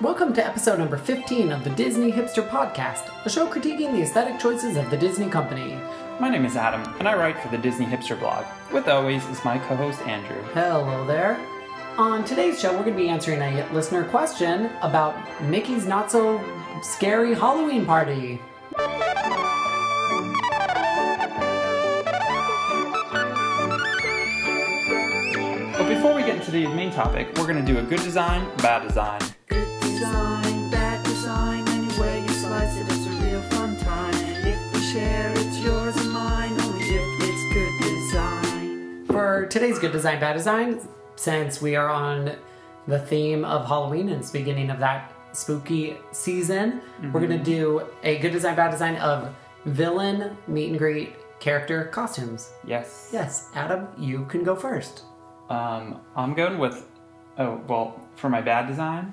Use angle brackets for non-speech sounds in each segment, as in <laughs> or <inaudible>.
Welcome to episode number 15 of the Disney Hipster Podcast, a show critiquing the aesthetic choices of the Disney company. My name is Adam, and I write for the Disney Hipster blog. With always is my co host Andrew. Hello there. On today's show, we're going to be answering a listener question about Mickey's not so scary Halloween party. But before we get into the main topic, we're going to do a good design, bad design. Good design, bad design, any way you slice it, it's a real fun time. If we share, it's yours and mine, only if it's good design. For today's Good Design, Bad Design, since we are on the theme of Halloween and it's the beginning of that spooky season, we're going to do a Good Design, Bad Design of villain meet and greet character costumes. Yes. Yes, Adam, you can go first. Um, I'm going with, oh, well, for my bad design,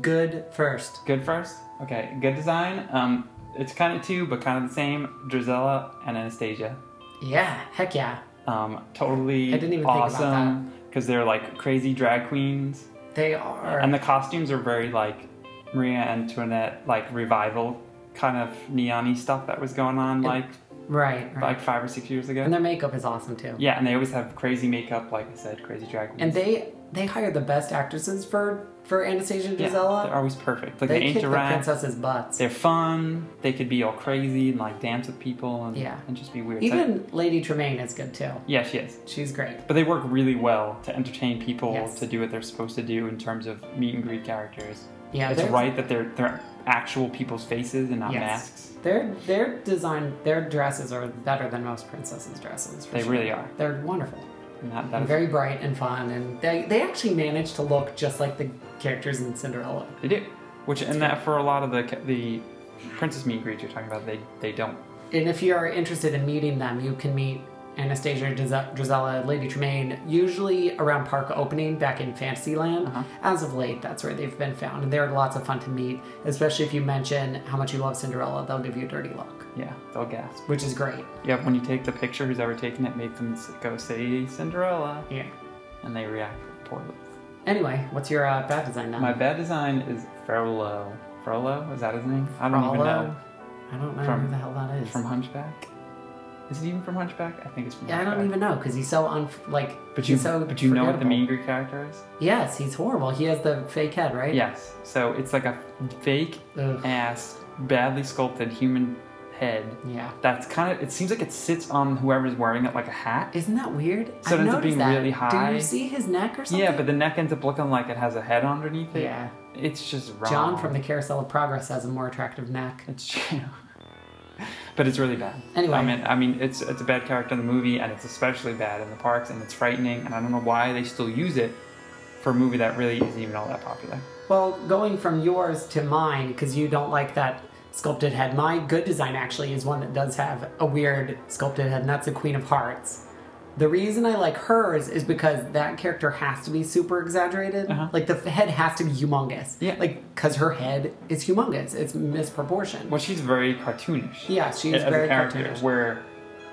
Good first. good first. Okay, good design. Um, it's kind of two, but kind of the same Drizella and Anastasia. Yeah, heck yeah. Um, totally I didn't even think about awesome because they're like crazy drag queens, They are. and the costumes are very like Maria Antoinette like revival kind of neon stuff that was going on like right, right. like five or six years ago. And their makeup is awesome too. Yeah, and they always have crazy makeup, like I said, crazy drag queens. And they they hire the best actresses for for Anastasia and yeah, Gisela. they're always perfect. Like they they, kick the interact. princesses' butts. they're fun. They could be all crazy and like dance with people and Yeah. and just be weird. So- Even Lady Tremaine is good too. yeah, she is. She's great. But they work really well to entertain people Yes. to do what they're supposed to do in terms of meet and greet characters. Yeah, it's there's- right that they're they're actual people's faces and not Yes. masks. Their their design their dresses are better than most princesses' dresses. For They sure. really are. They're wonderful. And that, that And is- very bright and fun, and they they actually manage to look just like the characters in Cinderella. they do. Which and that for a lot of the ca- the princess meet and greet you're talking about, they they don't. And if you are interested in meeting them, you can meet Anastasia, Dris- Drizella, Lady Tremaine, usually around park opening back in Fantasyland. Uh-huh. As of late, that's where they've been found. And they're lots of fun to meet, especially if you mention how much you love Cinderella, they'll give you a dirty look, Yeah, they'll gasp. which is great. Yep, when you take the picture, who's ever taken it, make them s- go say Cinderella, Yeah. and they react poorly. Anyway, what's your uh, bad design now? My bad design is Frollo. Frollo? Is that his name? I don't even know. Frollo? I don't know From- who the hell that is. From Hunchback? Is it even from Hunchback? I think it's from yeah, I Hunchback. don't even know because he's so un like. But you, he's so but you know what the forgettable. mean Greek character is? Yes, he's horrible. He has the fake head, right? Yes. So it's like a fake Ugh. ass, badly sculpted human head. Yeah. That's kind of. It seems like it sits on whoever's wearing it like a hat. Isn't that weird? So it ends up being noticed really Do high. you see his neck or something? Yeah, but the neck ends up looking like it has a head underneath it. Yeah. It's just wrong. John from the Carousel of Progress has a more attractive neck. <laughs> It's true. but it's really bad. Anyway. I mean, I mean, it's it's a bad character in the movie, and it's especially bad in the parks, and it's frightening, and I don't know why they still use it for a movie that really isn't even all that popular. Well, going from yours to mine, because you don't like that sculpted head, my good design actually is one that does have a weird sculpted head, and that's the Queen of Hearts. The reason I like hers is because that character has to be super exaggerated. Like the f- head has to be humongous. Uh-huh. Yeah. Like, because her head is humongous, it's misproportioned. Well, she's very cartoonish. Yeah, she's as very a character, cartoonish. Where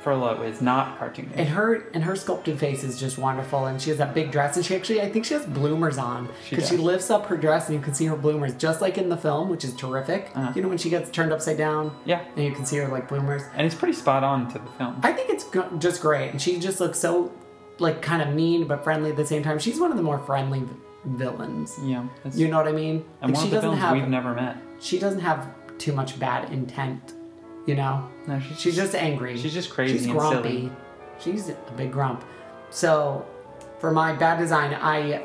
Furlough is not cartoonish. And her and her sculpted face is just wonderful. And she has that big dress, and she actually I think she has bloomers on She because she, does. lifts up her dress and you can see her bloomers, just like in the film, which is terrific. You know when she gets turned upside down, Uh-huh. Yeah. and you can see her like bloomers. and it's pretty spot on to the film. I think it's go- just great, and she just looks so like kind of mean but friendly at the same time. She's one of the more friendly v- villains. yeah, that's, You know what I mean? and Like, one she of the doesn't films have we've never met. she doesn't have too much bad intent. You know, No, she's She's just angry. She's just crazy She's and grumpy. She's a big grump. So, for my bad design, I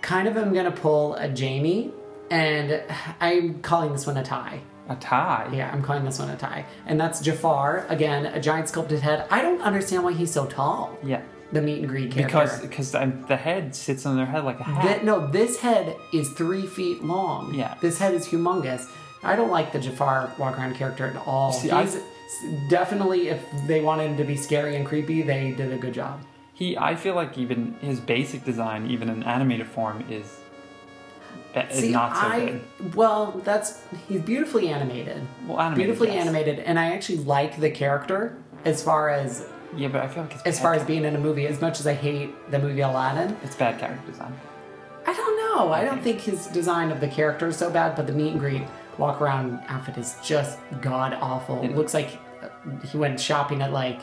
kind of am gonna pull a Jamie, and I'm calling this one a tie. a tie. Yeah, I'm calling this one a tie, and that's Jafar again, a giant sculpted head. I don't understand why he's so tall. Yeah. The meet and greet character. Because because I'm- the head sits on their head like a hat. Th- no, this head is three feet long. Yeah. This head is humongous. I don't like the Jafar walk around character at all. See, I- He's definitely, if they wanted him to be scary and creepy, they did a good job. He, I feel like even his basic design, even in animated form, is eh, is See, not so I good. well, that's he's beautifully animated. Well, animated, beautifully yes. animated, and I actually like the character as far as Yeah, but I feel like it's as bad far as char- being in a movie. As much as I hate the movie Aladdin, it's bad character design. I don't know. No, I don't think his design of the character is so bad, but the meet and greet walk around outfit is just god awful. It looks like uh, he went shopping at like.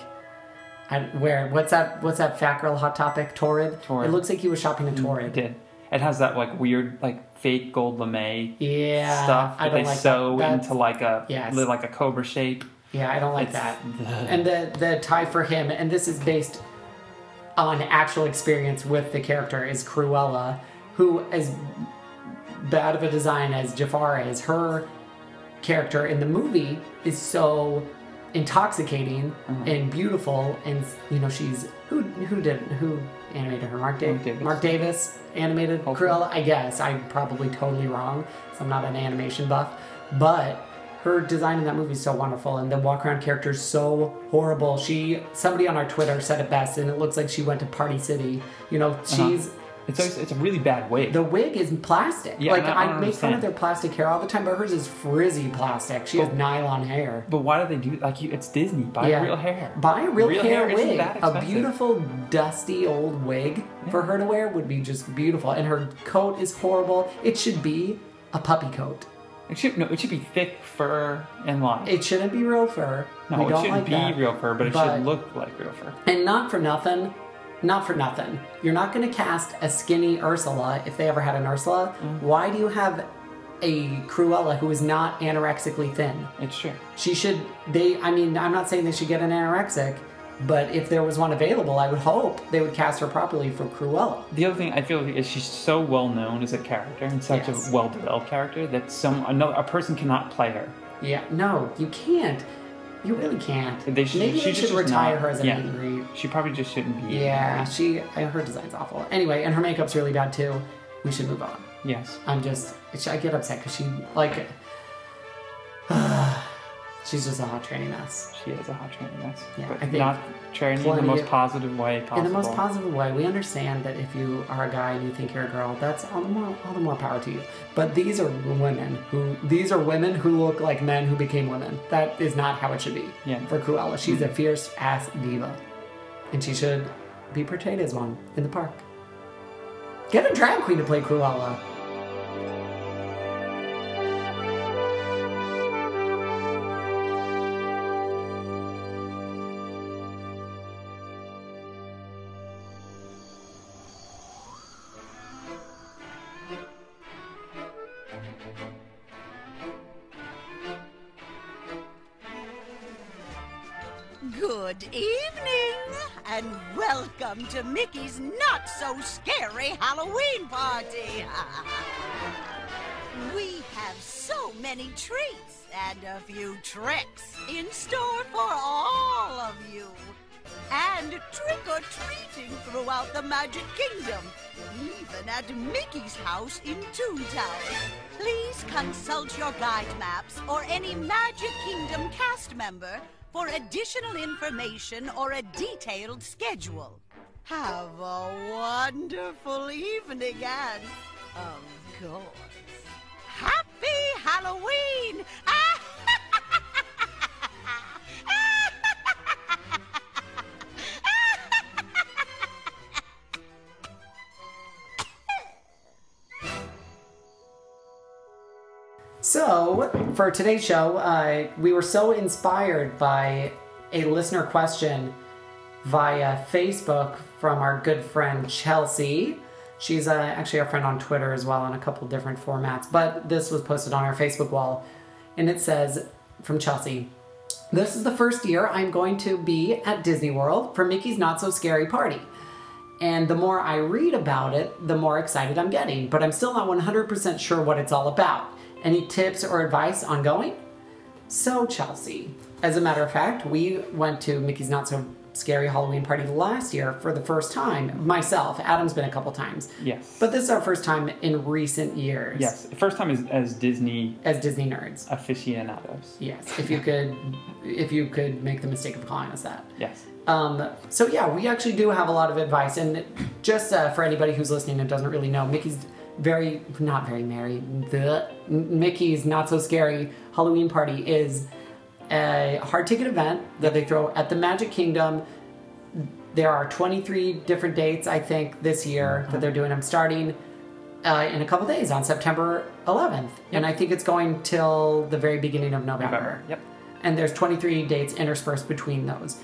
At where what's that what's that fat girl hot topic torrid? Torrid. it looks like he was shopping at torrid It did. It has that like weird like fake gold lame yeah stuff I that don't they like sew that. That's- into like a Yes. li- like a cobra shape. Yeah, I don't like It's- that. and the the tie for him, and this is based on actual experience with the character, is Cruella, who as bad of a design as Jafar is, her character in the movie is so intoxicating Mm-hmm. and beautiful, and you know she's who who did who animated her Mark, da- Mark Davis. Mark Davis animated Hopefully. Cruella. I guess I'm probably totally wrong. So I'm not an animation buff, but her design in that movie is so wonderful, and the walk around character is so horrible. She somebody on our Twitter said it best, and it looks like she went to Party City. You know, Uh-huh. she's. It's always, it's a really bad wig. The wig is plastic. Yeah, like and I I, don't make fun of understand. their plastic hair all the time, but hers is frizzy plastic. She has But- nylon hair. but why do they do like you? It's Disney. Buy Yeah. real hair. Buy a real, hair, isn't wig. that A expensive. beautiful, dusty old wig for her to wear would be just beautiful. And her coat is horrible. It should be a puppy coat. It should no. It should be thick fur and long. It shouldn't be real fur. no, we it don't shouldn't like be that. real fur, but it But- should look like real fur. And not for nothing, not for nothing. You're not going to cast a skinny Ursula if they ever had an Ursula. Mm. Why do you have a Cruella who is not anorexically thin? It's true. She should. They. I mean, I'm not saying they should get an anorexic, but if there was one available, I would hope they would cast her properly for Cruella. The other thing I feel is she's so well known as a character and such Yes. a well developed character that some another a person cannot play her. Yeah. No, you can't. You really can't. They should, Maybe she they just should is retire not- her as an yeah. angry. She probably just shouldn't be. Yeah. She. I- Her design's awful. Anyway, and her makeup's really bad too. We should move on. Yes. I'm just. I get upset because she like. <sighs> she's just a hot training mess. She is a hot trainer, yes. Yeah, I but think not training in the plenty most of- positive way possible. In the most positive way, we understand that if you are a guy and you think you're a girl, that's all the more all the more power to you. But these are women who these are women who look like men who became women. That is not how it should be. Yeah. Mm-hmm. For Cruella, she's a fierce ass diva, and she should be portrayed as one in the park. Get a drag queen to play Cruella. Good evening, and welcome to Mickey's Not So Scary Halloween Party. <laughs> we have so many treats and a few tricks in store for all of you. And trick or treating throughout the Magic Kingdom, even at Mickey's house in Toontown. Please consult your guide maps or any Magic Kingdom cast member for additional information or a detailed schedule. Have a wonderful evening and, of course, Happy Halloween! So, for today's show, uh, we were so inspired by a listener question via Facebook from our good friend Chelsea. She's uh, actually our friend on Twitter as well in a couple different formats, but this was posted on our Facebook wall. And it says from Chelsea This is the first year I'm going to be at Disney World for Mickey's Not So Scary Party. And the more I read about it, the more excited I'm getting, but I'm still not 100% sure what it's all about. Any tips or advice on going? So, Chelsea, as a matter of fact, we went to Mickey's Not So Scary Halloween Party last year for the first time. Myself, Adam's been a couple times. Yes. But this is our first time in recent years yes. The first time is as Disney as Disney nerds. aficionados. Yes, if you could if you could make the mistake of calling us that. Yes. Um, so yeah, we actually do have a lot of advice, and just uh, for anybody who's listening and doesn't really know, Mickey's very not very merry. The Mickey's not so scary Halloween party is a hard ticket event that they throw at the Magic Kingdom. There are 23 different dates, I think, this year that they're doing. I'm starting uh, in a couple days on September 11th, and I think it's going till the very beginning of November. November. Yep. And there's 23 dates interspersed between those.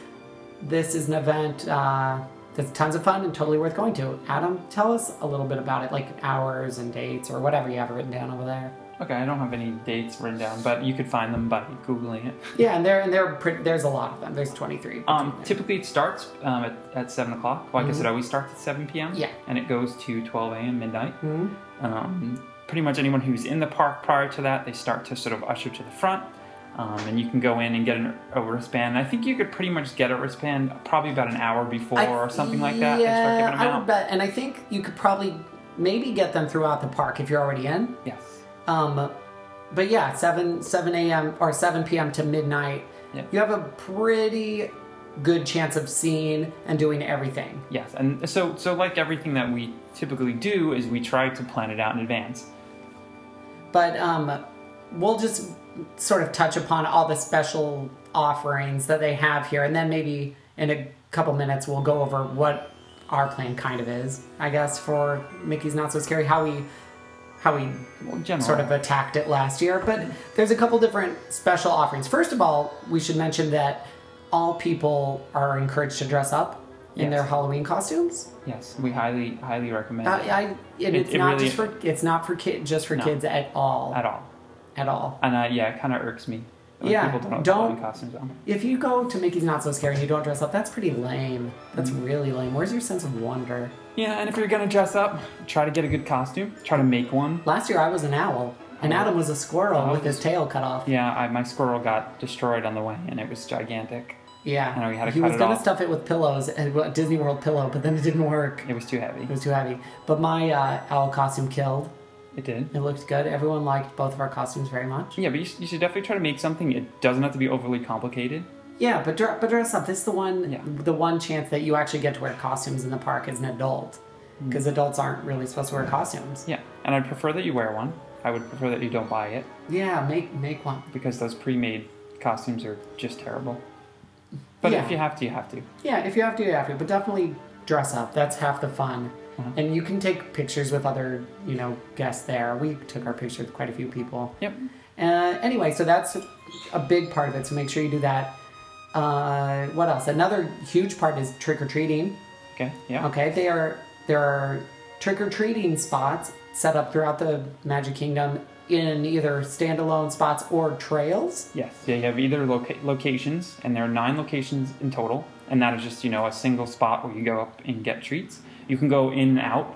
This is an event uh, that's tons of fun and totally worth going to. Adam, tell us a little bit about it, like hours and dates or whatever you have written down over there. Okay, I don't have any dates written down, but you could find them by googling it. Yeah, and there and there pre- there's a lot of them. There's 23. Um, typically, it starts um, at, at seven o'clock. Well, I guess it always starts at seven p.m. Mm-hmm. Yeah. Mm-hmm. and it goes to twelve a.m. midnight. Um, pretty much anyone who's in the park prior to that, they start to sort of usher to the front, um, and you can go in and get an, a wristband. I think you could pretty much get a wristband probably about an hour before I- or something like that. They Yeah, start giving them I out. would bet, and I think you could probably maybe get them throughout the park if you're already in. Yes. Um, but yeah, seven seven a.m. or seven p.m. to midnight. Yeah. You have a pretty good chance of seeing and doing everything. Yes, and so so like everything that we typically do is we try to plan it out in advance. But um, we'll just sort of touch upon all the special offerings that they have here, and then maybe in a couple minutes we'll go over what our plan kind of is, I guess, for Mickey's Not So Scary, how we how we Well, generally. sort of attacked it last year, but there's a couple different special offerings. First of all, we should mention that all people are encouraged to dress up in Yes. their Halloween costumes. Yes, we highly highly recommend I, it I, and It- it's it not really- just for it's not for kid just for No. kids at all at all. at all. And uh, yeah, it kind of irks me. when Yeah, people don't, have don't- Halloween costumes on. If you go to Mickey's Not So Scary and you don't dress up, that's pretty lame. That's Mm. really lame. Where's your sense of wonder? Yeah, and if you're gonna dress up, try to get a good costume. Try to make one. Last year I was an owl, and Adam was a squirrel Oh, with his this- tail cut off. Yeah, I, my squirrel got destroyed on the way, and it was gigantic. Yeah, I know, we had to he cut was it gonna off. stuff it with pillows, and a Disney World pillow, but then it didn't work. It was too heavy. It was too heavy. But my uh, owl costume killed. It did. It looked good. Everyone liked both of our costumes very much. Yeah, but you, sh- you should definitely try to make something. It doesn't have to be overly complicated. Yeah, but dr- but dress up. This is the one Yeah. the one chance that you actually get to wear costumes in the park as an adult, because adults aren't really supposed to wear costumes. Mm. Yeah, and I'd prefer that you wear one. I would prefer that you don't buy it Yeah, make make one. because those pre-made costumes are just terrible. But Yeah. if you have to, you have to. Yeah, if you have to, you have to. But definitely dress up. That's half the fun. Mm-hmm. And you can take pictures with other you know guests there. We took our picture with quite a few people. Yep. Uh, anyway, so that's a big part of it. So make sure you do that. Uh, what else? Another huge part is trick or treating. Okay. Yeah. Okay, they are there are trick or treating spots set up throughout the Magic Kingdom in either standalone spots or trails. Yes, they have either loca- locations, and there are nine locations in total, and that is just you know a single spot where you go up and get treats. You can go in and out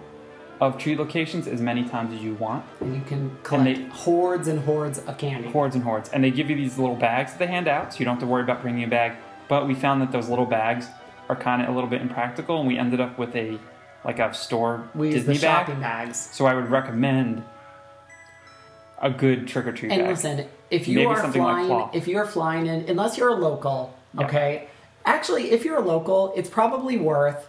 of treat locations as many times as you want, And you can collect they- hordes and hordes of candy. hordes and hordes, and they give you these little bags that they hand out, so you don't have to worry about bringing a bag. But we found that those little bags are kind of a little bit impractical, and we ended up with a like a store we use Disney the bag. shopping bags. So I would recommend a good trick or treat And bag. listen, if you Maybe are something like flying, cloth. if you're flying in, unless you're a local, Yeah. okay. Actually, if you're a local, it's probably worth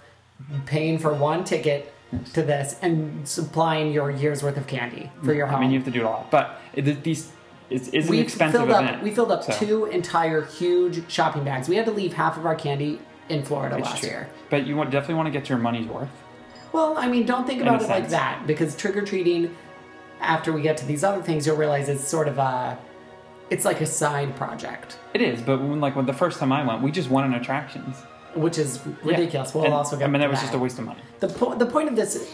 paying for one ticket to this and supplying your year's worth of candy for your home. I mean, you have to do it a lot, but it, these it's, it's an expensive filled event. Up, we filled up so. two entire huge shopping bags. We had to leave half of our candy in Florida It's last true. year. But you want, definitely want to get your money's worth. Well, I mean, don't think about a it like sense. that because trick or treating. After we get to these other things, you'll realize it's sort of a, it's like a side project, It is, but when, like when the first time I went, we just went on attractions. which is ridiculous. We'll And, also get. I mean, to that was just a waste of money. The po- the point of this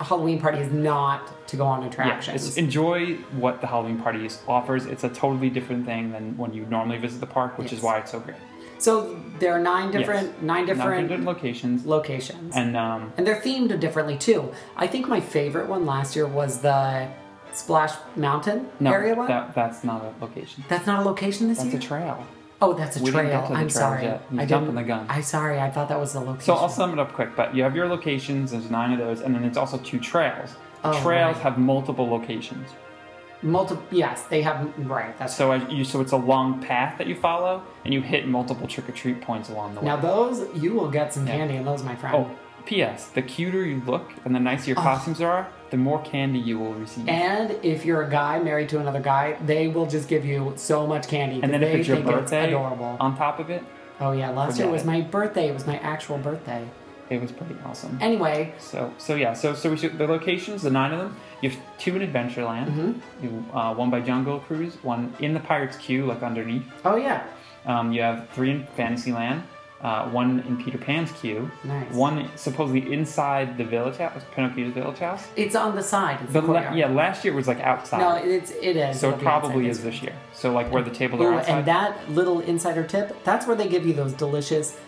Halloween party is not to go on Yeah, attractions. it's- enjoy what the Halloween party is, offers. It's a totally different thing than when you normally visit the park, which Yes. is why it's so great. so there are nine different Yes. nine different locations, locations. and um, And they're themed differently too. I think my favorite one last year was the Splash Mountain no, area one. that, that's not a location. that's not a location this That's year. a trail. oh, that's a We trail. didn't get to the I'm trails sorry. yet. You're I jumping didn't- the gun. I'm sorry. I thought that was the location. So I'll sum it up quick, but you have your locations. There's nine of those, and then it's also two trails. The Oh, trails right. have multiple locations. multiple. Yes, they have. Right. That's So as you, so it's a long path that you follow, and you hit multiple trick or treat points along the way. now those you will get some Yeah. candy in those, my friend. oh, P.S. The cuter you look and the nicer your costumes are, the more candy you will receive. And if you're a guy married to another guy, they will just give you so much candy. And then 'cause if they it's your think birthday adorable. on top of it, oh yeah, last year forget was it. my birthday. It was my actual birthday. It was pretty awesome. Anyway, So so yeah so so we shoot the locations the nine of them you have two in Adventureland Mm-hmm. you uh, one by Jungle Cruise one in the Pirates Queue like underneath oh yeah, um, you have three in Fantasyland uh, one in Peter Pan's queue Nice. one supposedly inside the village house Pinocchio's village house it's on the side. It's the but la- courtyard. yeah last year it was like outside No, it's it is. so It'll it be outside probably this is year. this year so like where the tables Ooh, are outside and that little insider tip, that's where they give you those delicious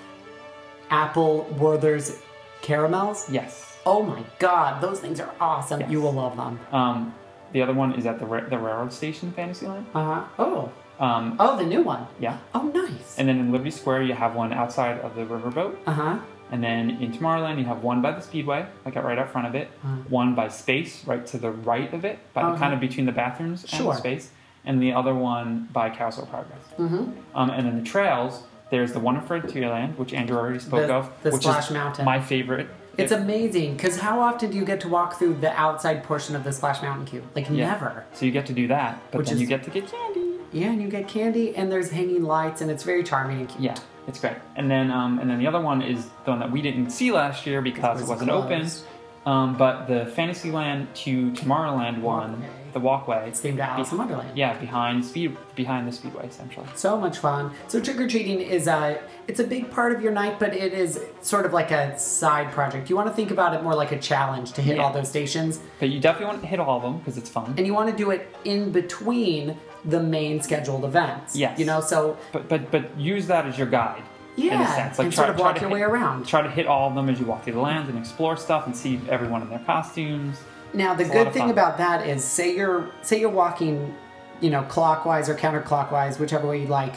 apple Werther's caramels. yes Oh my god, those things are awesome. Yes. You will love them. um, the other one is at the ra- the railroad station Fantasyland Uh-huh. Oh. um, Oh, the new one. yeah Oh, nice. and then in Liberty Square you have one outside of the riverboat. uh-huh. And then in Tomorrowland, you have one by the Speedway, like right out front of it, one by Space, right to the right of it, by Uh-huh. kind of between the bathrooms and Sure. Space, and the other one by Castle Progress. Mm-hmm. Um, and then the trails, there's the one in Frontierland, which Andrew already spoke The- of, the which Splash is Mountain. my favorite. It's It- amazing because how often do you get to walk through the outside portion of the Splash Mountain queue? Like yeah. never. So you get to do that, but Which then is- you get to get candy. Yeah, and you get candy and there's hanging lights and it's very charming and cute. Yeah, it's great. And then um, and then the other one is the one that we didn't see last year because It it, was was not open. closed. Um, but the Fantasyland to Tomorrowland one, Walkway. the walkway, It's themed to Alice in Wonderland. yeah, behind speed behind the speedway essentially. So much fun. So trick or treating is a it's a big part of your night, but it is sort of like a side project. You want to think about it more like a challenge to hit Yeah. all those stations, But you definitely want to hit all of them because it's fun. and you want to do it in between the main scheduled events. Yes. you know. So but but but use that as your guide. in a Yeah, sense. Like and try, sort of try walk to your hit- way around. Try to hit all of them as you walk through the lands and explore stuff and see everyone in their costumes. Now the It's a lot good of thing fun. about that is say you're say you're walking, you know, clockwise or counterclockwise, whichever way you like,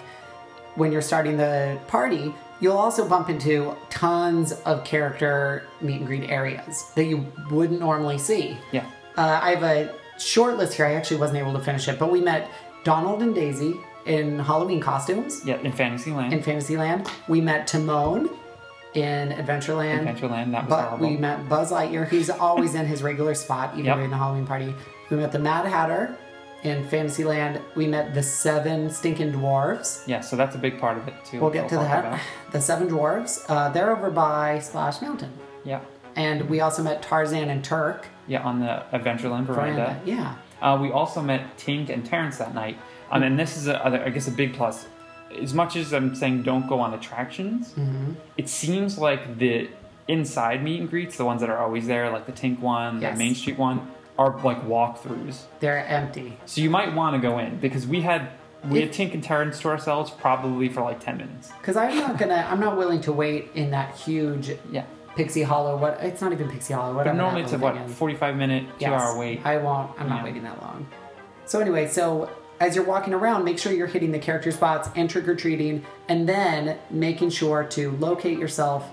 when you're starting the party, you'll also bump into tons of character meet and greet areas that you wouldn't normally see. Yeah. Uh, I have a short list here. I actually wasn't able to finish it, but we met Donald and Daisy in Halloween costumes Yeah, in Fantasyland, in Fantasyland. We met Timon in Adventureland. Adventureland, that was But horrible. we met Buzz Lightyear, who's always in his regular spot, even Yep. during the Halloween party. We met the Mad Hatter in Fantasyland. We met the seven stinking dwarves. yeah, so that's a big part of it too. We'll get to talk that. about. The seven dwarves. Uh, they're over by Splash Mountain. Yeah, And we also met Tarzan and Turk. yeah, on the Adventureland veranda. Yeah. Uh, we also met Tink and Terrence that night. Um, and this is, a, other- I guess, a big plus. As much as I'm saying don't go on attractions, Mm-hmm. it seems like the inside meet and greets, the ones that are always there, like the Tink one, Yes. the Main Street one, are like walkthroughs. They're empty. So you might want to go in because we had we had If- Tink and Terrence to ourselves probably for like ten minutes. Because I'm not gonna, I'm not willing to wait in that huge Yeah, Pixie Hollow. What? It's not even Pixie Hollow. but Whatever. that normally it's a little what thing is. forty-five minute, Yes. two-hour wait. I won't. I'm not Yeah. waiting that long. So anyway, so as you're walking around, make sure you're hitting the character spots and trick or treating, and then making sure to locate yourself,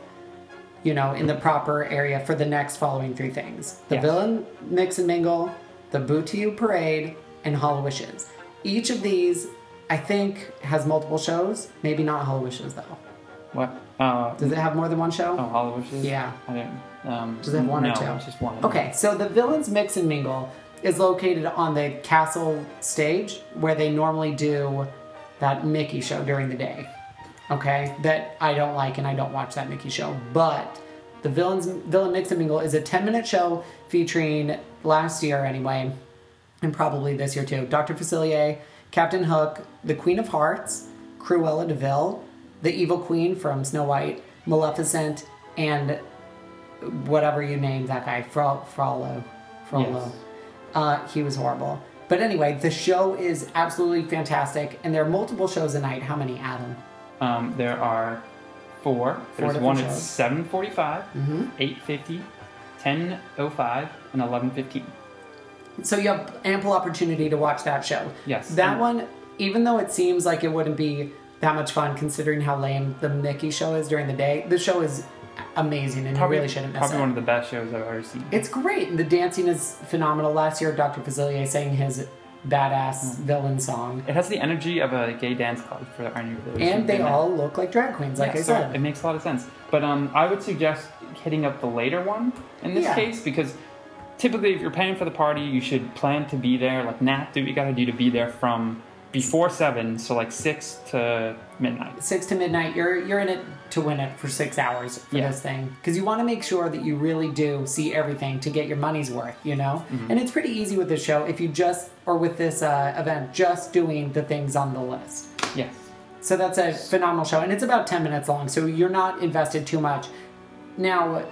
you know, in the proper area for the next following three things: the Yes. villain mix and mingle, the boo to you parade, and Hollow Wishes. Each of these, I think, has multiple shows. Maybe not Hollow Wishes though. what? Uh, Does it have more than one show? oh, Hollow Wishes. Yeah. I don't. Um, Does it have one no, or two? Just one. Okay, so the villains mix and mingle is located on the castle stage where they normally do that Mickey show during the day. Okay, that I don't like and I don't watch that Mickey show, but the villains villain mix and mingle is a 10 minute show featuring last year anyway, and probably this year too. Dr. Facilier, Captain Hook, the Queen of Hearts, Cruella Deville, the Evil Queen from Snow White, Maleficent, and whatever you name that guy, Fro- Frollo. Frollo. Yes. Uh, he was horrible. But anyway, the show is absolutely fantastic, and there are multiple shows a night. How many, Adam? Um, there are four. There's different one shows. Mm-hmm. at 7.45, 8.50, 10.05, and 11.15. So you have ample opportunity to watch that show. Yes. That And- one, even though it seems like it wouldn't be that much fun considering how lame the Mickey show is during the day, the show is amazing, and you really shouldn't miss Probably it. one of the best shows I've ever seen. It's great. The dancing is phenomenal. Last year, Dr. Facilier sang his badass Mm. villain song. it has the energy of a gay dance club for our new village. And they all look like drag queens, like I so said. it makes a lot of sense. But um, I would suggest hitting up the later one in this Yeah. case because typically if you're paying for the party, you should plan to be there. Like, nap, do what you gotta do to be there from before seven, so like six to midnight. six to midnight. You're you're in it to win it for six hours for Yeah. this thing because you want to make sure that you really do see everything to get your money's worth. You know, Mm-hmm. and it's pretty easy with this show if you just or with this uh, event just doing the things on the list. Yes. So that's a phenomenal show, and it's about ten minutes long, so you're not invested too much. Now,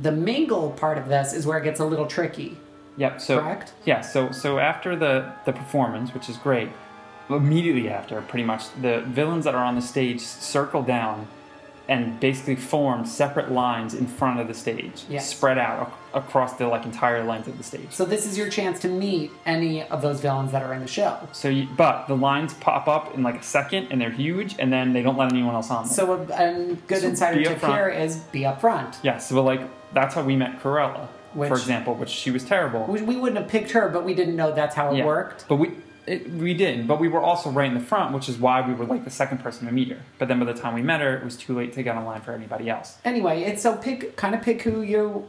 the mingle part of this is where it gets a little tricky. Yep. So Correct. yeah. So so after the the performance, which is great, immediately after, pretty much the villains that are on the stage circle down and basically form separate lines in front of the stage, Yes. spread out ac- across the like entire length of the stage. So this is your chance to meet any of those villains that are in the show. So, you, but the lines pop up in like a second, and they're huge, and then they don't let anyone else on. Them. So a, a good So insider be tip upfront. here is be upfront. yeah, so like that's how we met Corella, Which- for example, which she was terrible. We, we wouldn't have picked her, but we didn't know that's how it Yeah. worked. but we it, we did, but we were also right in the front, which is why we were like the second person to meet her. But then by the time we met her, it was too late to get online for anybody else. Anyway, it's so pick kind of pick who you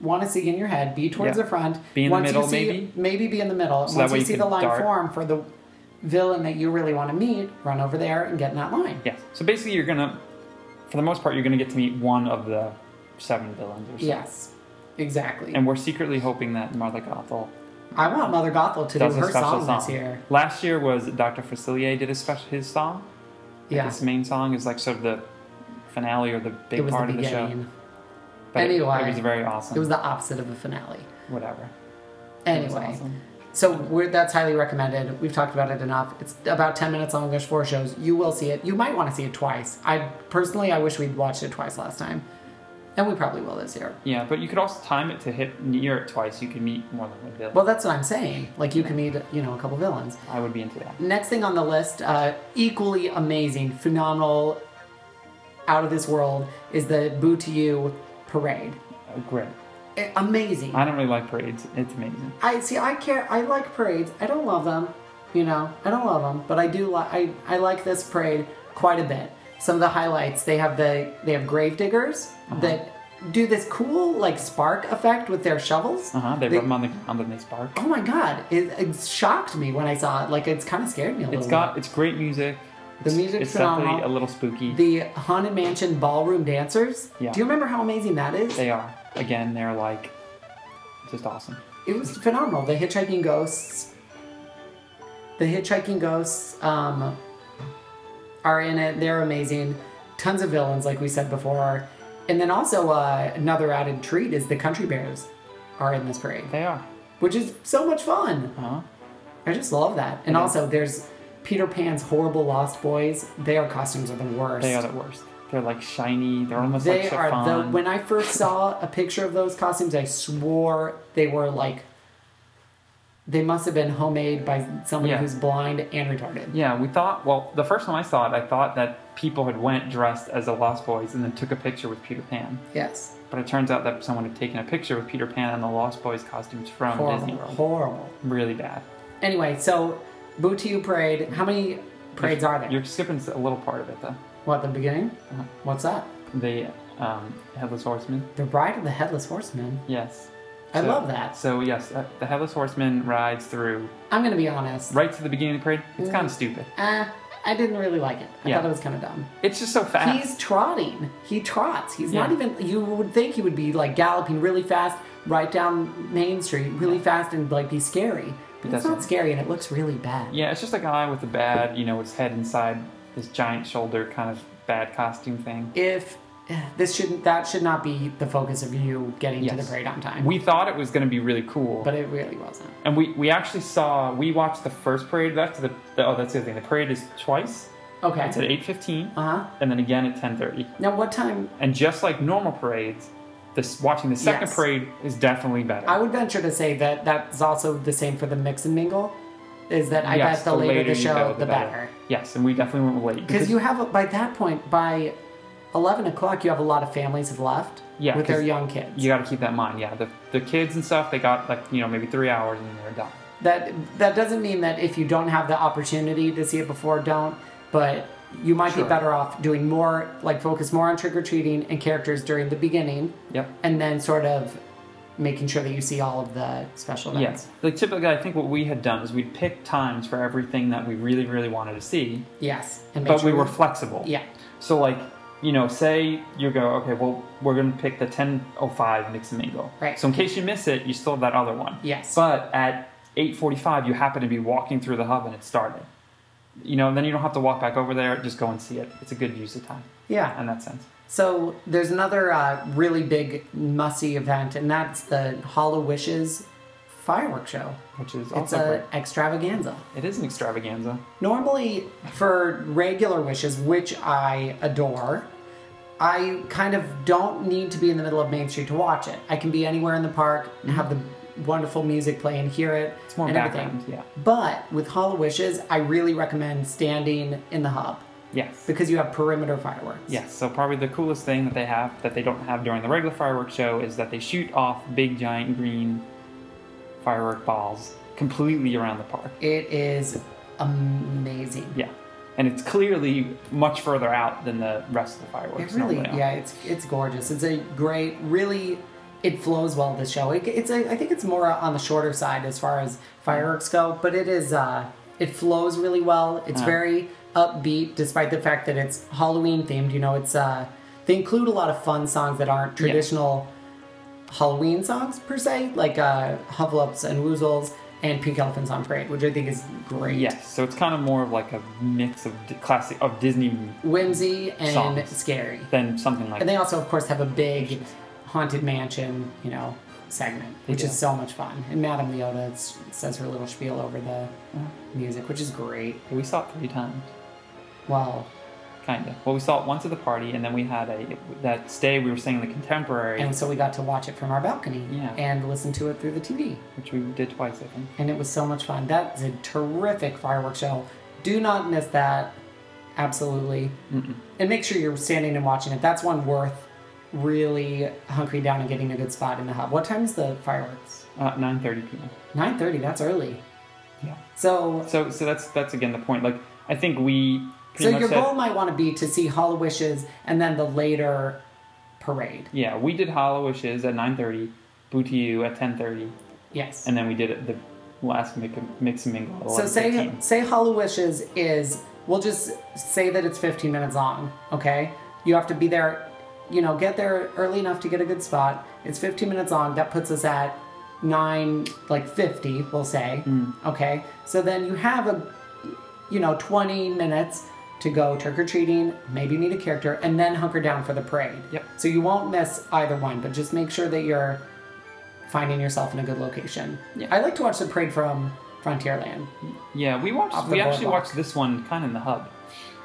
want to see in your head. Be towards Yeah. the front. Be in the Once you middle, see- maybe? Maybe be in the middle. So that Once way you you see can the line dart. form for the villain that you really want to meet, run over there and get in that line. Yeah. So basically, you're gonna, for the most part, you're gonna get to meet one of the seven villains or so. Yes, exactly. And we're secretly hoping that Martha Gothel I want Mother Gothel to do does a her special song, song. this year. Last year was Dr. Facilier did a special his song. Yeah, His main song is like sort of the finale or the big it was the part of the beginning. show. But it- Anyway, it, was very awesome. It was the opposite of a finale. whatever. It was Anyway, awesome. so we're, that's highly recommended. We've talked about it enough. It's about 10 minutes long. There's four shows. You will see it. You might want to see it twice. I personally, I wish we'd watched it twice last time. And we probably will this year. Yeah, but you could also time it to hit near it twice. You could meet more than one villain. Well, that's what I'm saying. Like, you can meet, you know, a couple villains. I would be into that. Next thing on the list, uh, equally amazing, phenomenal, out of this world, is the Boo to You parade. Oh, great. A- amazing. I don't really like parades. It's amazing. I see. I care. I like parades. I don't love them, you know. I don't love them, but I do like. I I like this parade quite a bit. Some of the highlights they have the they have grave diggers Uh-huh. that do this cool like spark effect with their shovels. Uh huh. They, rub them on the ground and they spark. Oh my god! It, it shocked me when I saw it. Like it's kind of scared me a little. It's got it's great music. It's- music's It's definitely a phenomenal. little spooky. bit. uh, the haunted mansion ballroom dancers. Yeah. Do you remember how amazing that is? they are again. They're like just awesome. it was phenomenal. The hitchhiking ghosts, the hitchhiking ghosts um, are in it. They're amazing. Tons of villains, like we said before, and then also uh, another added treat is the country bears are in this parade, They are. which is so much fun. Uh huh. I just love that. And Yeah. also, there's Peter Pan's horrible Lost Boys. Their costumes are the worst. They are the worst. They're like shiny. They're almost They like are chiffon. the. When I first saw a picture of those costumes, I swore they were like. They must have been homemade by somebody Yeah. who's blind and retarded. Yeah, we thought. Well, the first time I saw it, I thought that people had went dressed as the Lost Boys and then took a picture with Peter Pan. Yes, But it turns out that someone had taken a picture with Peter Pan and the Lost Boys costumes from horrible, Disney World. horrible. Really bad. Anyway, so Boo to You parade. How many parades are there? You're skipping a little part of it though. What the beginning? Uh-huh. What's that? The um, headless horseman. The Bride of the Headless Horseman. Yes. I So- love that. So yes, uh, the headless horseman rides through I'm gonna be honest. right to the beginning of the parade. It's kind of stupid. Uh, I didn't really like it. I Yeah. thought it was kind of dumb. It's just so fast. He's trotting. He trots. He's not Ah. Yeah. even. You would think he would be like galloping really fast right down Main Street, really fast, and like be scary. But it's that's not it. scary, and it looks really bad. yeah, it's just a guy with a bad, you know, his head inside this giant shoulder kind of bad costume thing. If eh, this shouldn't, that should not be the focus of you getting to the Yes. parade on time. We thought it was going to be really cool, but it really wasn't. and we we actually saw we watched the first parade. That's the, the oh that's the other thing. The parade is twice. Okay. It's at eight fifteen, Uh huh. and then again at ten thirty. Now, what time? And just like normal parades, this watching the second Yes. parade is definitely better. I would venture to say that that's also the same for the mix and mingle. Is that I Yes, bet the, later, the you show, go, the, better. Yes, and we definitely went late Because you have a- by that point, by eleven o'clock, you have a lot of families have left Yeah, with their 'cause young kids. got to keep that in mind. Yeah, the, the kids and stuff they got like you know maybe three hours and they're done. That that doesn't mean that if you don't have the opportunity to see it before, don't. But you might be Sure. better off doing more, like focus more on trick or treating and characters during the beginning, Yep. and then sort of making sure that you see all of the special Yes. events. Like typically, I think what we had done is we'd pick times for everything that we really, really wanted to see, Yes. And make but we sure- were flexible. Yeah. So like, you know, say you go, okay, well, we're gonna pick the 10:05 mix and mingle. Right. So in case you miss it, you still have that other one. Yes. But at 8:45, you happen to be walking through the hub and it started. You know, then you don't have to walk back over there. Just go and see it. It's a good use of time Yeah. in that sense. So there's another uh, really big musty event, and that's the Hollow Wishes fireworks show. Which is It's also a extravaganza. great. It is an extravaganza. Normally, for regular wishes, which I adore, I kind of don't need to be in the middle of Main Street to watch it. I can be anywhere in the park and have the wonderful music play and hear it more and background, everything. yeah. But with Hollow Wishes, I really recommend standing in the hub Yes. because you have perimeter fireworks. Yes, so probably the coolest thing that they have that they don't have during the regular fireworks show is that they shoot off big giant green firework balls completely around the park. It is amazing. Yeah. And it's clearly much further out than the rest of the fireworks. It really, normally yeah, are. it's it's gorgeous. It's a great, really, it flows well. This show, it, it's a, I think it's more on the shorter side as far as fireworks go, but it is, uh, it flows really well. It's very upbeat, despite the fact that it's Halloween themed. You know, it's uh, they include a lot of fun songs that aren't traditional Halloween songs per se, like uh, Hufflepuffs and Woozles and Pink Elephants on Parade, which I think is great. Yes, so it's kind of more of like a mix of di- classic of Disney whimsy and Songs. scary. than something like And they also, of course, have a big haunted mansion, you know, segment, which do. is so much fun. And Madame Leota s- says her little spiel over the music, which is great. we saw it three times. Well, Kind of. Well, we saw it once at the party, and then we had a that stay we were singing the contemporary, and so we got to watch it from our balcony Yeah. and listen to it through the TV. which we did twice, I think. And it was so much fun. That's a terrific fireworks show. Do not miss that. Absolutely. And make sure you're standing and watching it. That's one worth really hunkering down and getting a good spot in the hub. What time is the fireworks? Uh, 9:30 p.m. 9.30. That's early. Yeah. So So, so that's that's again the point. Like, I think we pretty So much your said, goal might want to be to see Hollow Wishes and then the later parade. yeah, we did Hollow Wishes at nine thirty, Bootiu at ten thirty, Yes. and then we did it the last mix, mix and mingle. At so say 11:15. say Hollow Wishes is we'll just say that it's 15 minutes long, okay? You have to be there, you know, get there early enough to get a good spot. It's 15 minutes long. That puts us at 9 like 50, we'll say. Okay? So then you have a you know, 20 minutes to go trick or treating, maybe meet a character, and then hunker down for the parade. Yep. So you won't miss either one, but just make sure that you're finding yourself in a good location. Yeah. I like to watch the parade from Frontierland. yeah, we watched. Off the We actually boardwalk. watched this one kind of in the hub.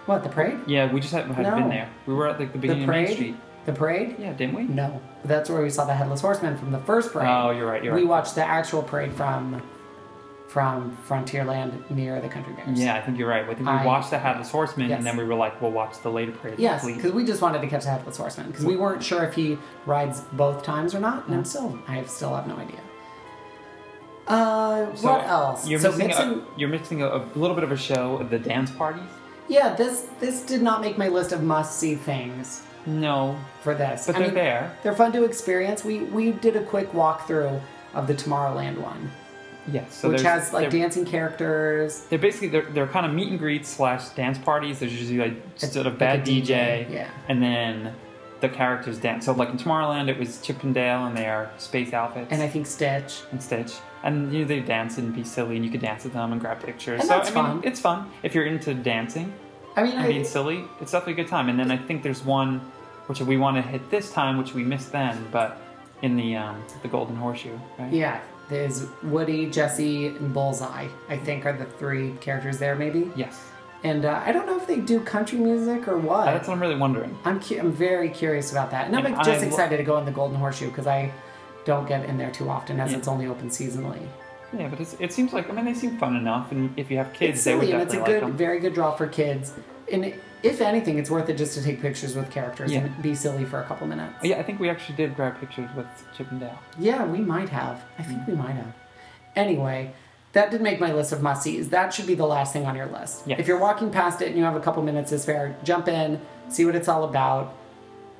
What, the parade? Yeah, we just hadn't, hadn't No. been there. We were at like The the beginning of Main parade? Street. The parade? Yeah, didn't we? No. That's where we saw the Headless Horseman from the first parade. Oh, you're right, you're we right. watched the actual parade from from Frontierland near the Country Bears. Yeah, I think you're right. I think we I- watched the Headless Horseman, Yes. and then we were like, we'll watch the later parade. Yes, please. because we just wanted to catch the Headless Horseman because we weren't sure if he rides both times or not, and I'm Mm-hmm. still I have still have no idea. Uh, So, what else? You're so missing. mixing, a, you're missing a, a little bit of a show. The dance parties. yeah, this this did not make my list of must see things No, for this. but I they're mean, there. They're fun to experience. We we did a quick walkthrough of the Tomorrowland one, Yes, so which there's- has like there- dancing characters. They're basically they're, they're kind of meet and greets slash dance parties. There's usually like sort of like bad a DJ, DJ, yeah. and then the characters dance. So like in Tomorrowland, it was Chip and Dale in their space outfits And I think Stitch. and Stitch, and you know they dance and be silly, and you could dance with them and grab pictures. And so that's I mean, fun. it's fun if you're into dancing I mean, and I, being silly. It's definitely a good time. And then I think there's one which we want to hit this time, which we missed then, but in the um, the Golden Horseshoe, right? yeah, there's Woody, Jesse, and Bullseye. I think are the three characters there, maybe. Yes, And uh, I don't know if they do country music or what. that's what I'm really wondering. I'm cu- I'm very curious about that, and I'm And just I- excited to go in the Golden Horseshoe because I don't get in there too often, as Yeah. it's only open seasonally. Yeah, but it's, it seems like I mean they seem fun enough, and if you have kids, It's they would silly, and it's definitely a like good, them. very good draw for kids. And if anything, it's worth it just to take pictures with characters and Yeah. be silly for a couple minutes. Yeah, I think we actually did grab pictures with Chip and Dale. Yeah, we might have. I think we might have. Anyway, that did make my list of must sees. That should be the last thing on your list. Yes. If you're walking past it and you have a couple minutes to spare, jump in, see what it's all about,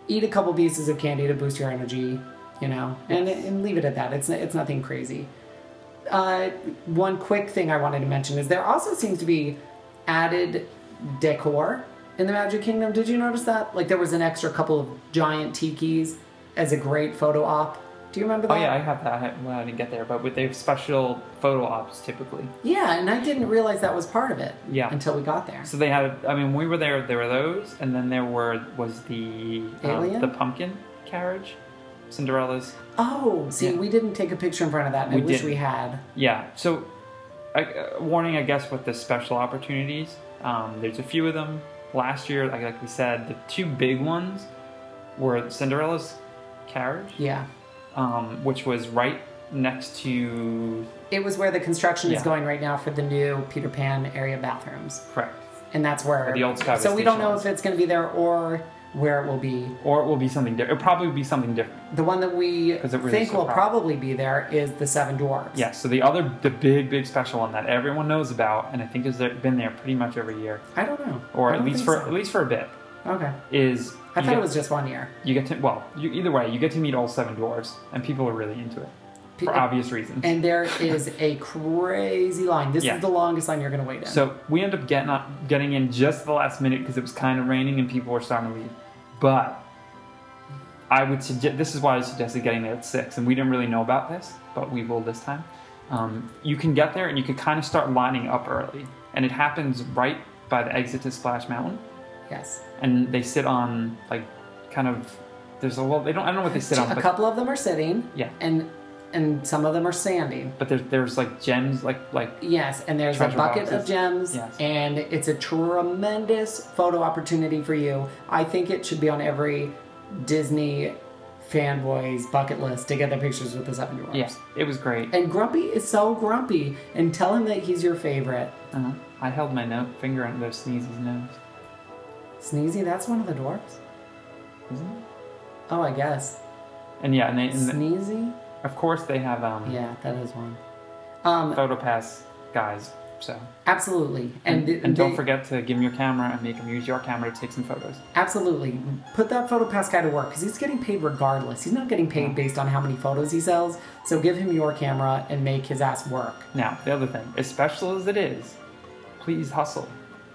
eat a couple pieces of candy to boost your energy, you know, and, and leave it at that. It's it's nothing crazy. Uh, one quick thing I wanted to mention is there also seems to be added decor in the Magic Kingdom. Did you notice that? Like there was an extra couple of giant tiki's as a great photo op. Do you remember that? Oh yeah, I have that. I had- Well, I didn't get there, but with- they have special photo ops typically. Yeah, and I didn't realize that was part of it. Yeah. Until we got there. So they had. I mean, when we were there. There were those, and then there were was the um, Alien? the pumpkin carriage, Cinderella's. Oh, see, Yeah. we didn't take a picture in front of that, and We I wish didn't. we had. Yeah. So, I, uh, warning, I guess, with the special opportunities. Um, there's a few of them. Last year, like, like we said, the two big ones were Cinderella's carriage, Yeah. um, which was right next to It was where the construction is Yeah. going right now for the new Peter Pan area bathrooms. correct, And that's where. The old Skyway So we don't Station know was. if it's going to be there or where it will be. or it will be something different. It probably be something different. The one that we 'Cause it really think is so will proud. probably be there is the Seven Dwarfs. Yeah. So the other, the big, big special one that everyone knows about, and I think has there- been there pretty much every year, I don't know. or I at don't least think for so. at least for a bit, Okay. is I thought you get- it was just one year. you get to well you, either way you get to meet all seven dwarves, and people are really into it Pe- for obvious reasons. And there is a crazy line. This Yeah. is the longest line you're going to wait in. So we ended up getting up, getting in just the last minute because it was kind of raining and people were starting to leave. But I would suggest this is why I suggested getting there at six, and we didn't really know about this, but we will this time. Um, you can get there and you can kind of start lining up early, and it happens right by the exit to Splash Mountain, yes. and they sit on like kind of there's a well they don't I don't know what they sit <laughs> on a but couple of them are sitting. Yeah. And and some of them are standing. but there's there's like gems like like Yes, and there's Treasure a bucket of boxes. gems, Yes. and it's a tremendous photo opportunity for you. I think it should be on every Disney fanboy's bucket list to get their pictures with the Seven Dwarfs. yeah it was great. And Grumpy is so grumpy, and tell him that he's your favorite. Uh, I held my no- finger under those sneezy's nose. Sneezy, that's one of the dwarfs. Isn't it? Oh, I guess. And yeah, and, they, and Sneezy? of course they have um, Yeah, that is one. Um, photo pass guys. So absolutely. And, and, and don't they- forget to give them your camera and make them use your camera to take some photos. Absolutely. Put that photo pass guy to work because he's getting paid regardless. He's not getting paid based on how many photos he sells. So give him your camera and make his ass work. Now the other thing, as special as it is, please hustle.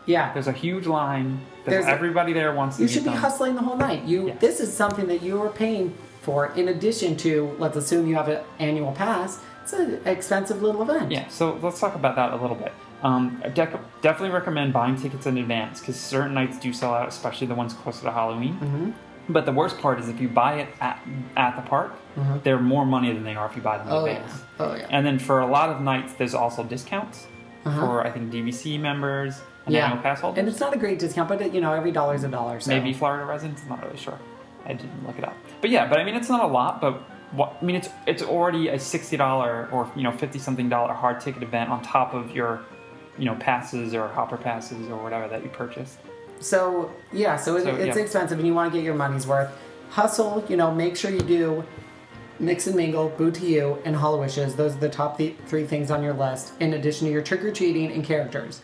Yeah. There's a huge line. There's, There's a- everybody there wants to You get should be done. hustling the whole night. You Yes. this is something that you are paying for in addition to let's assume you have an annual pass. It's an expensive little event. Yeah, so let's talk about that a little bit. Um, I dec- definitely recommend buying tickets in advance because certain nights do sell out, especially the ones closer to Halloween. Mm-hmm. But the worst part is if you buy it at, at the park, they're more money than they are if you buy them in Mm-hmm. Oh, advance. yeah. Oh, yeah. And then for a lot of nights, there's also discounts Uh-huh. for I think DVC members and Yeah. annual pass holders. And it's not a great discount, but you know, every dollar's a dollar. So. Maybe Florida residents. I'm not really sure. I didn't look it up. But yeah, but I mean, it's not a lot. But what, I mean, it's it's already a sixty dollar or you know fifty something dollar hard ticket event on top of your you know passes or hopper passes or whatever that you purchased. So yeah, so, it, So, it's yeah. expensive, and you want to get your money's worth. Hustle, you know, make sure you do mix and mingle, boo to you, and hollow wishes. Those are the top th- three things on your list, in addition to your trick or treating and characters.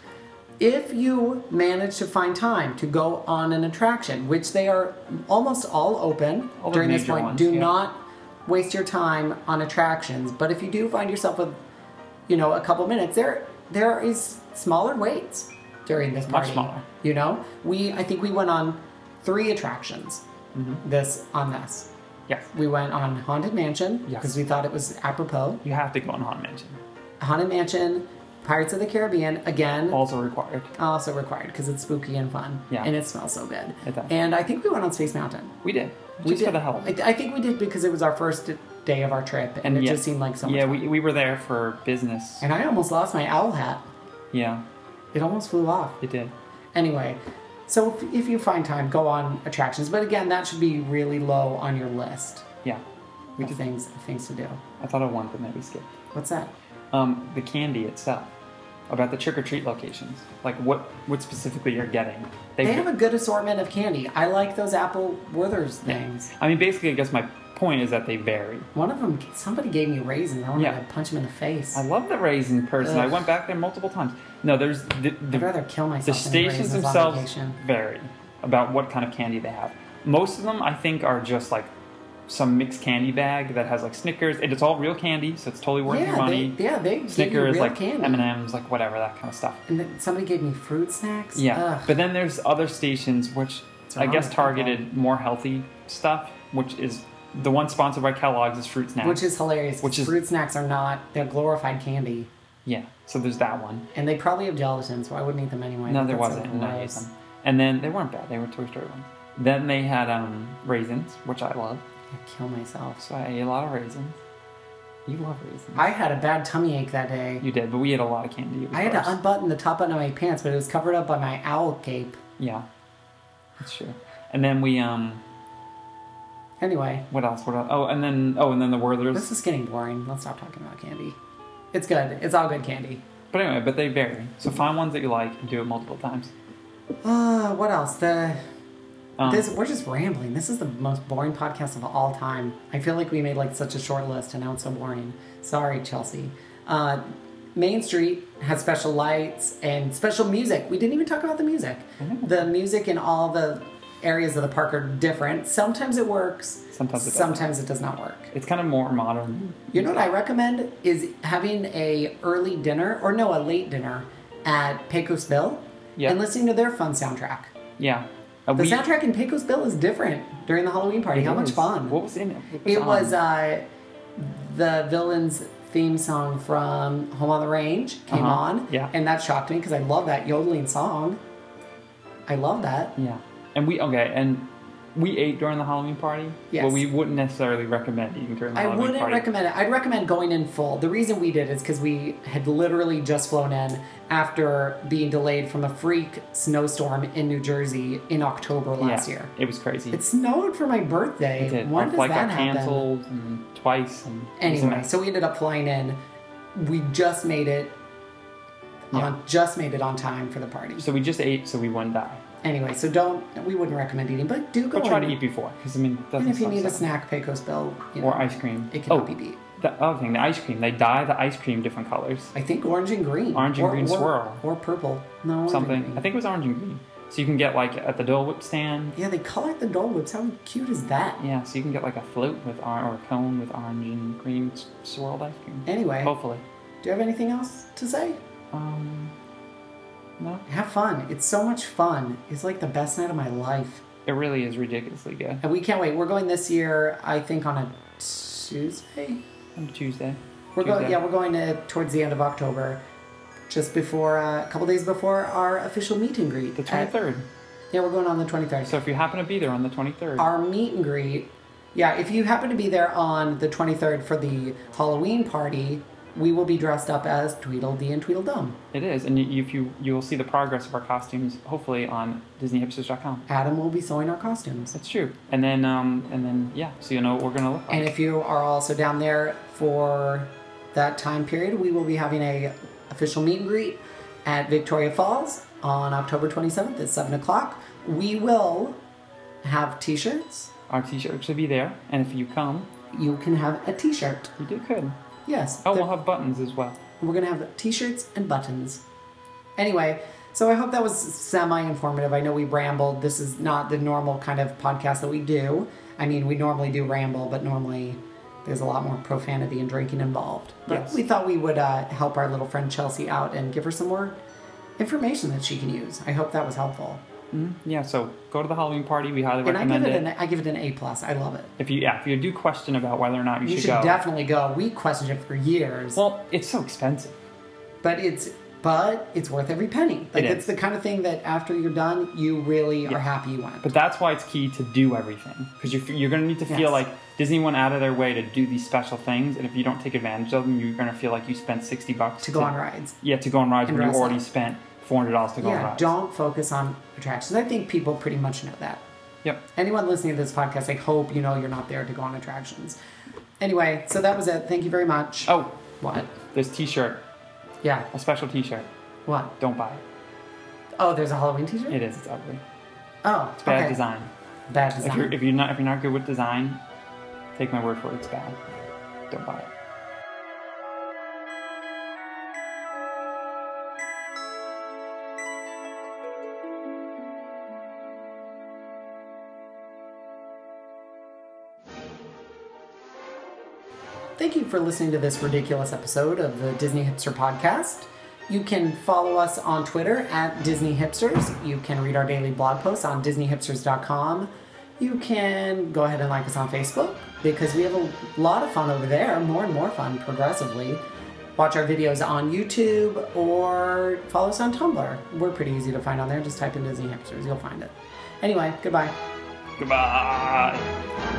If you manage to find time to go on an attraction, which they are almost all open All the during this major point, ones, do yeah. not waste your time on attractions. But if you do find yourself with, you know, a couple minutes, there there is smaller waits during this party. smaller. You know, we I think we went on three attractions. Mm-hmm. This on this, Yes, we went on Haunted Mansion Yes. because we thought it was apropos. you have to go on Haunted Mansion. Haunted Mansion, Pirates of the Caribbean again. Also required. Also required because it's spooky and fun, Oh. Yeah. and it smells so good. It does. And I think we went on Space Mountain. We did just we for the hell of I, it. I think we did because it was our first day of our trip, and, it yeah- just seemed like so much. Yeah, fun. we, we were there for business. and I almost lost my owl hat. Yeah, It almost flew off. it did. Anyway, so if, if you find time, go on attractions. But again, that should be really low on your list Yeah, we of did. things of things to do. I thought of one thing that we skipped. What's that? um, the candy itself, about the trick or treat locations, like what what specifically you're getting. They have a good assortment of candy. I like those Apple Werther's things. I mean, basically, I guess my point is that they vary. One of them, somebody gave me raisins. I wanted Yeah. to punch him in the face. I I'd love the raisin person. I Ugh. went back there multiple times. No, there's the, the rather kill the myself. than eat stations raisins on themselves vacation. vary about what kind of candy they have. Most of them, I think, are just like some mixed candy bag that has like Snickers, and it's all real candy, so it's totally worth your Yeah, money. they, yeah, they give you Snickers, real like candy. M and M's, like whatever that kind of stuff. And then somebody gave me fruit snacks. Yeah, Ugh. but then there's other stations which It's I wrong guess with people. targeted more healthy stuff, which is the one sponsored by Kellogg's is fruit snacks. which is hilarious. Which Which is- fruit snacks are not they're glorified candy, yeah, so there's that one. and they probably have gelatin, so I wouldn't eat them anyway. No, there That's so wasn't, and I ate gross. them. And then they weren't bad; they were Toy Story ones. Then they had um, raisins, which I love, I'd kill myself. so I ate a lot of raisins. You love raisins. I had a bad tummy ache that day. you did, but we ate a lot of candy. It was I had to gross. unbutton the top button of my pants, but it was covered up by my owl cape. Yeah, that's true. And then we um, Anyway, what else? What else? Oh, and then oh, and then the Werther's. this is getting boring. Let's stop talking about candy. It's good. It's all good candy. But anyway, but they vary. So find ones that you like and do it multiple times. Uh, what else? The Um, this we're just rambling. This is the most boring podcast of all time. I feel like we made like such a short list and now it's so boring. Sorry, Chelsea. Uh, Main Street has special lights and special music. We didn't even talk about the music. Mm-hmm. The music in all the areas of the park are different. Sometimes it works. Sometimes it doesn't. sometimes it does not work. It's kind of more modern. You know what I recommend is having a early dinner or no, a late dinner at Pecos Bill Yeah. and listening to their fun soundtrack. Yeah. Uh, The we- soundtrack in Pecos Bill is different during the Halloween party. How It much is. fun! What was in it? What it on? was uh, the villain's theme song from Home on the Range came Uh-huh. on, Yeah. and that shocked me because I love that yodeling song. I love that. yeah. And we okay, and we ate during the Halloween party. Yes. But we wouldn't necessarily recommend eating during the I Halloween wouldn't party. recommend it. I'd recommend going in full. The reason we did is because we had literally just flown in after being delayed from a freak snowstorm in New Jersey in October yeah. last year. It was crazy. It snowed for my birthday. It did. When Our does flight that got happen? canceled and twice. And it was a Anyway, mess. so we ended up flying in. We just made it. On, just made it on time for the party. so we just ate, so we wouldn't die. Anyway, so don't. We wouldn't recommend eating, but do go. But try in. to eat before, because I mean, it doesn't And if you suck need a so- snack, Pecos Bill you know, or ice cream, It oh, cannot be beat. The other thing, the ice cream. They dye the ice cream different colors. I think orange and green. Orange and Or- green or- swirl. or purple. No, orange something. And green. I think it was orange and green. So you can get like at the Dole Whip stand. Yeah, they colored the Dole Whips. How cute is that? Yeah, so you can get like a float with or, or a cone with orange and green s- swirled ice cream. Anyway, Hopefully. do you have anything else to say? Um, no, Have fun. It's so much fun. It's like the best night of my life. it really is ridiculously good. And we can't wait. We're going this year, I think, on a Tuesday. On Tuesday. We're going, Tuesday. yeah, we're going to towards the end of October, just before uh, a couple days before our official meet and greet. the at- 23rd. yeah, we're going on the twenty third. So if you happen to be there on the 23rd, our meet and greet. Yeah, if you happen to be there on the twenty third for the Halloween party, we will be dressed up as Tweedledee and Tweedledum. it is, and you, if you you will see the progress of our costumes hopefully on DisneyHipsters.com. Adam will be sewing our costumes. That's true. And then um and then yeah, so you know what we're gonna look like. And if you are also down there for that time period, we will be having a official meet and greet at Victoria Falls on October 27th at 7 o'clock. We will have t-shirts. our T-shirt should be there, and if you come, You can have a t-shirt. you do could. Yes. Oh, the- we'll have buttons as well. We're gonna have t-shirts and buttons. Anyway, so I hope that was semi-informative. I know we rambled. This is not the normal kind of podcast that we do. I mean, we normally do ramble, but normally there's a lot more profanity and drinking involved. But Yes. we thought we would uh, help our little friend Chelsea out and give her some more information that she can use. I hope that was helpful. Yeah, so go to the Halloween party. We highly And I recommend give it it. an I give it an A plus. I love it. If you yeah, if you do question about whether or not you, You should go, definitely go. We questioned it for years. well, it's so expensive. but it's but it's worth every penny. Like It it's is. the kind of thing that after you're done, you really are happy you went. But that's why it's key to do everything because you're, you're going to need to feel Yes. like Disney went out of their way to do these special things, and if you don't take advantage of them, you're going to feel like you spent sixty bucks to go on rides. Yeah, to go on rides And when you dress up. already spent four hundred dollars to go on Yeah, rides. don't focus on attractions. I think people pretty much know that. Yep. Anyone listening to this podcast, I hope you know you're not there to go on attractions. Anyway, so that was it. Thank you very much. Oh, what? this T-shirt, Yeah. a special T-shirt. What? Don't buy it. Oh, there's a Halloween T-shirt. It is. It's ugly. Oh, Bad okay. design. Bad If design. you're if you're not if you're not good with design, take my word for it. It's bad. Don't buy it. Thank you for listening to this ridiculous episode of the Disney Hipster Podcast. You can follow us on Twitter at Disney Hipsters. You can read our daily blog posts on DisneyHipsters.com. You can go ahead and like us on Facebook because we have a lot of fun over there, more and more fun progressively. Watch our videos on YouTube or follow us on Tumblr. We're pretty easy to find on there. Just type in Disney Hipsters, you'll find it. Anyway, goodbye. Goodbye.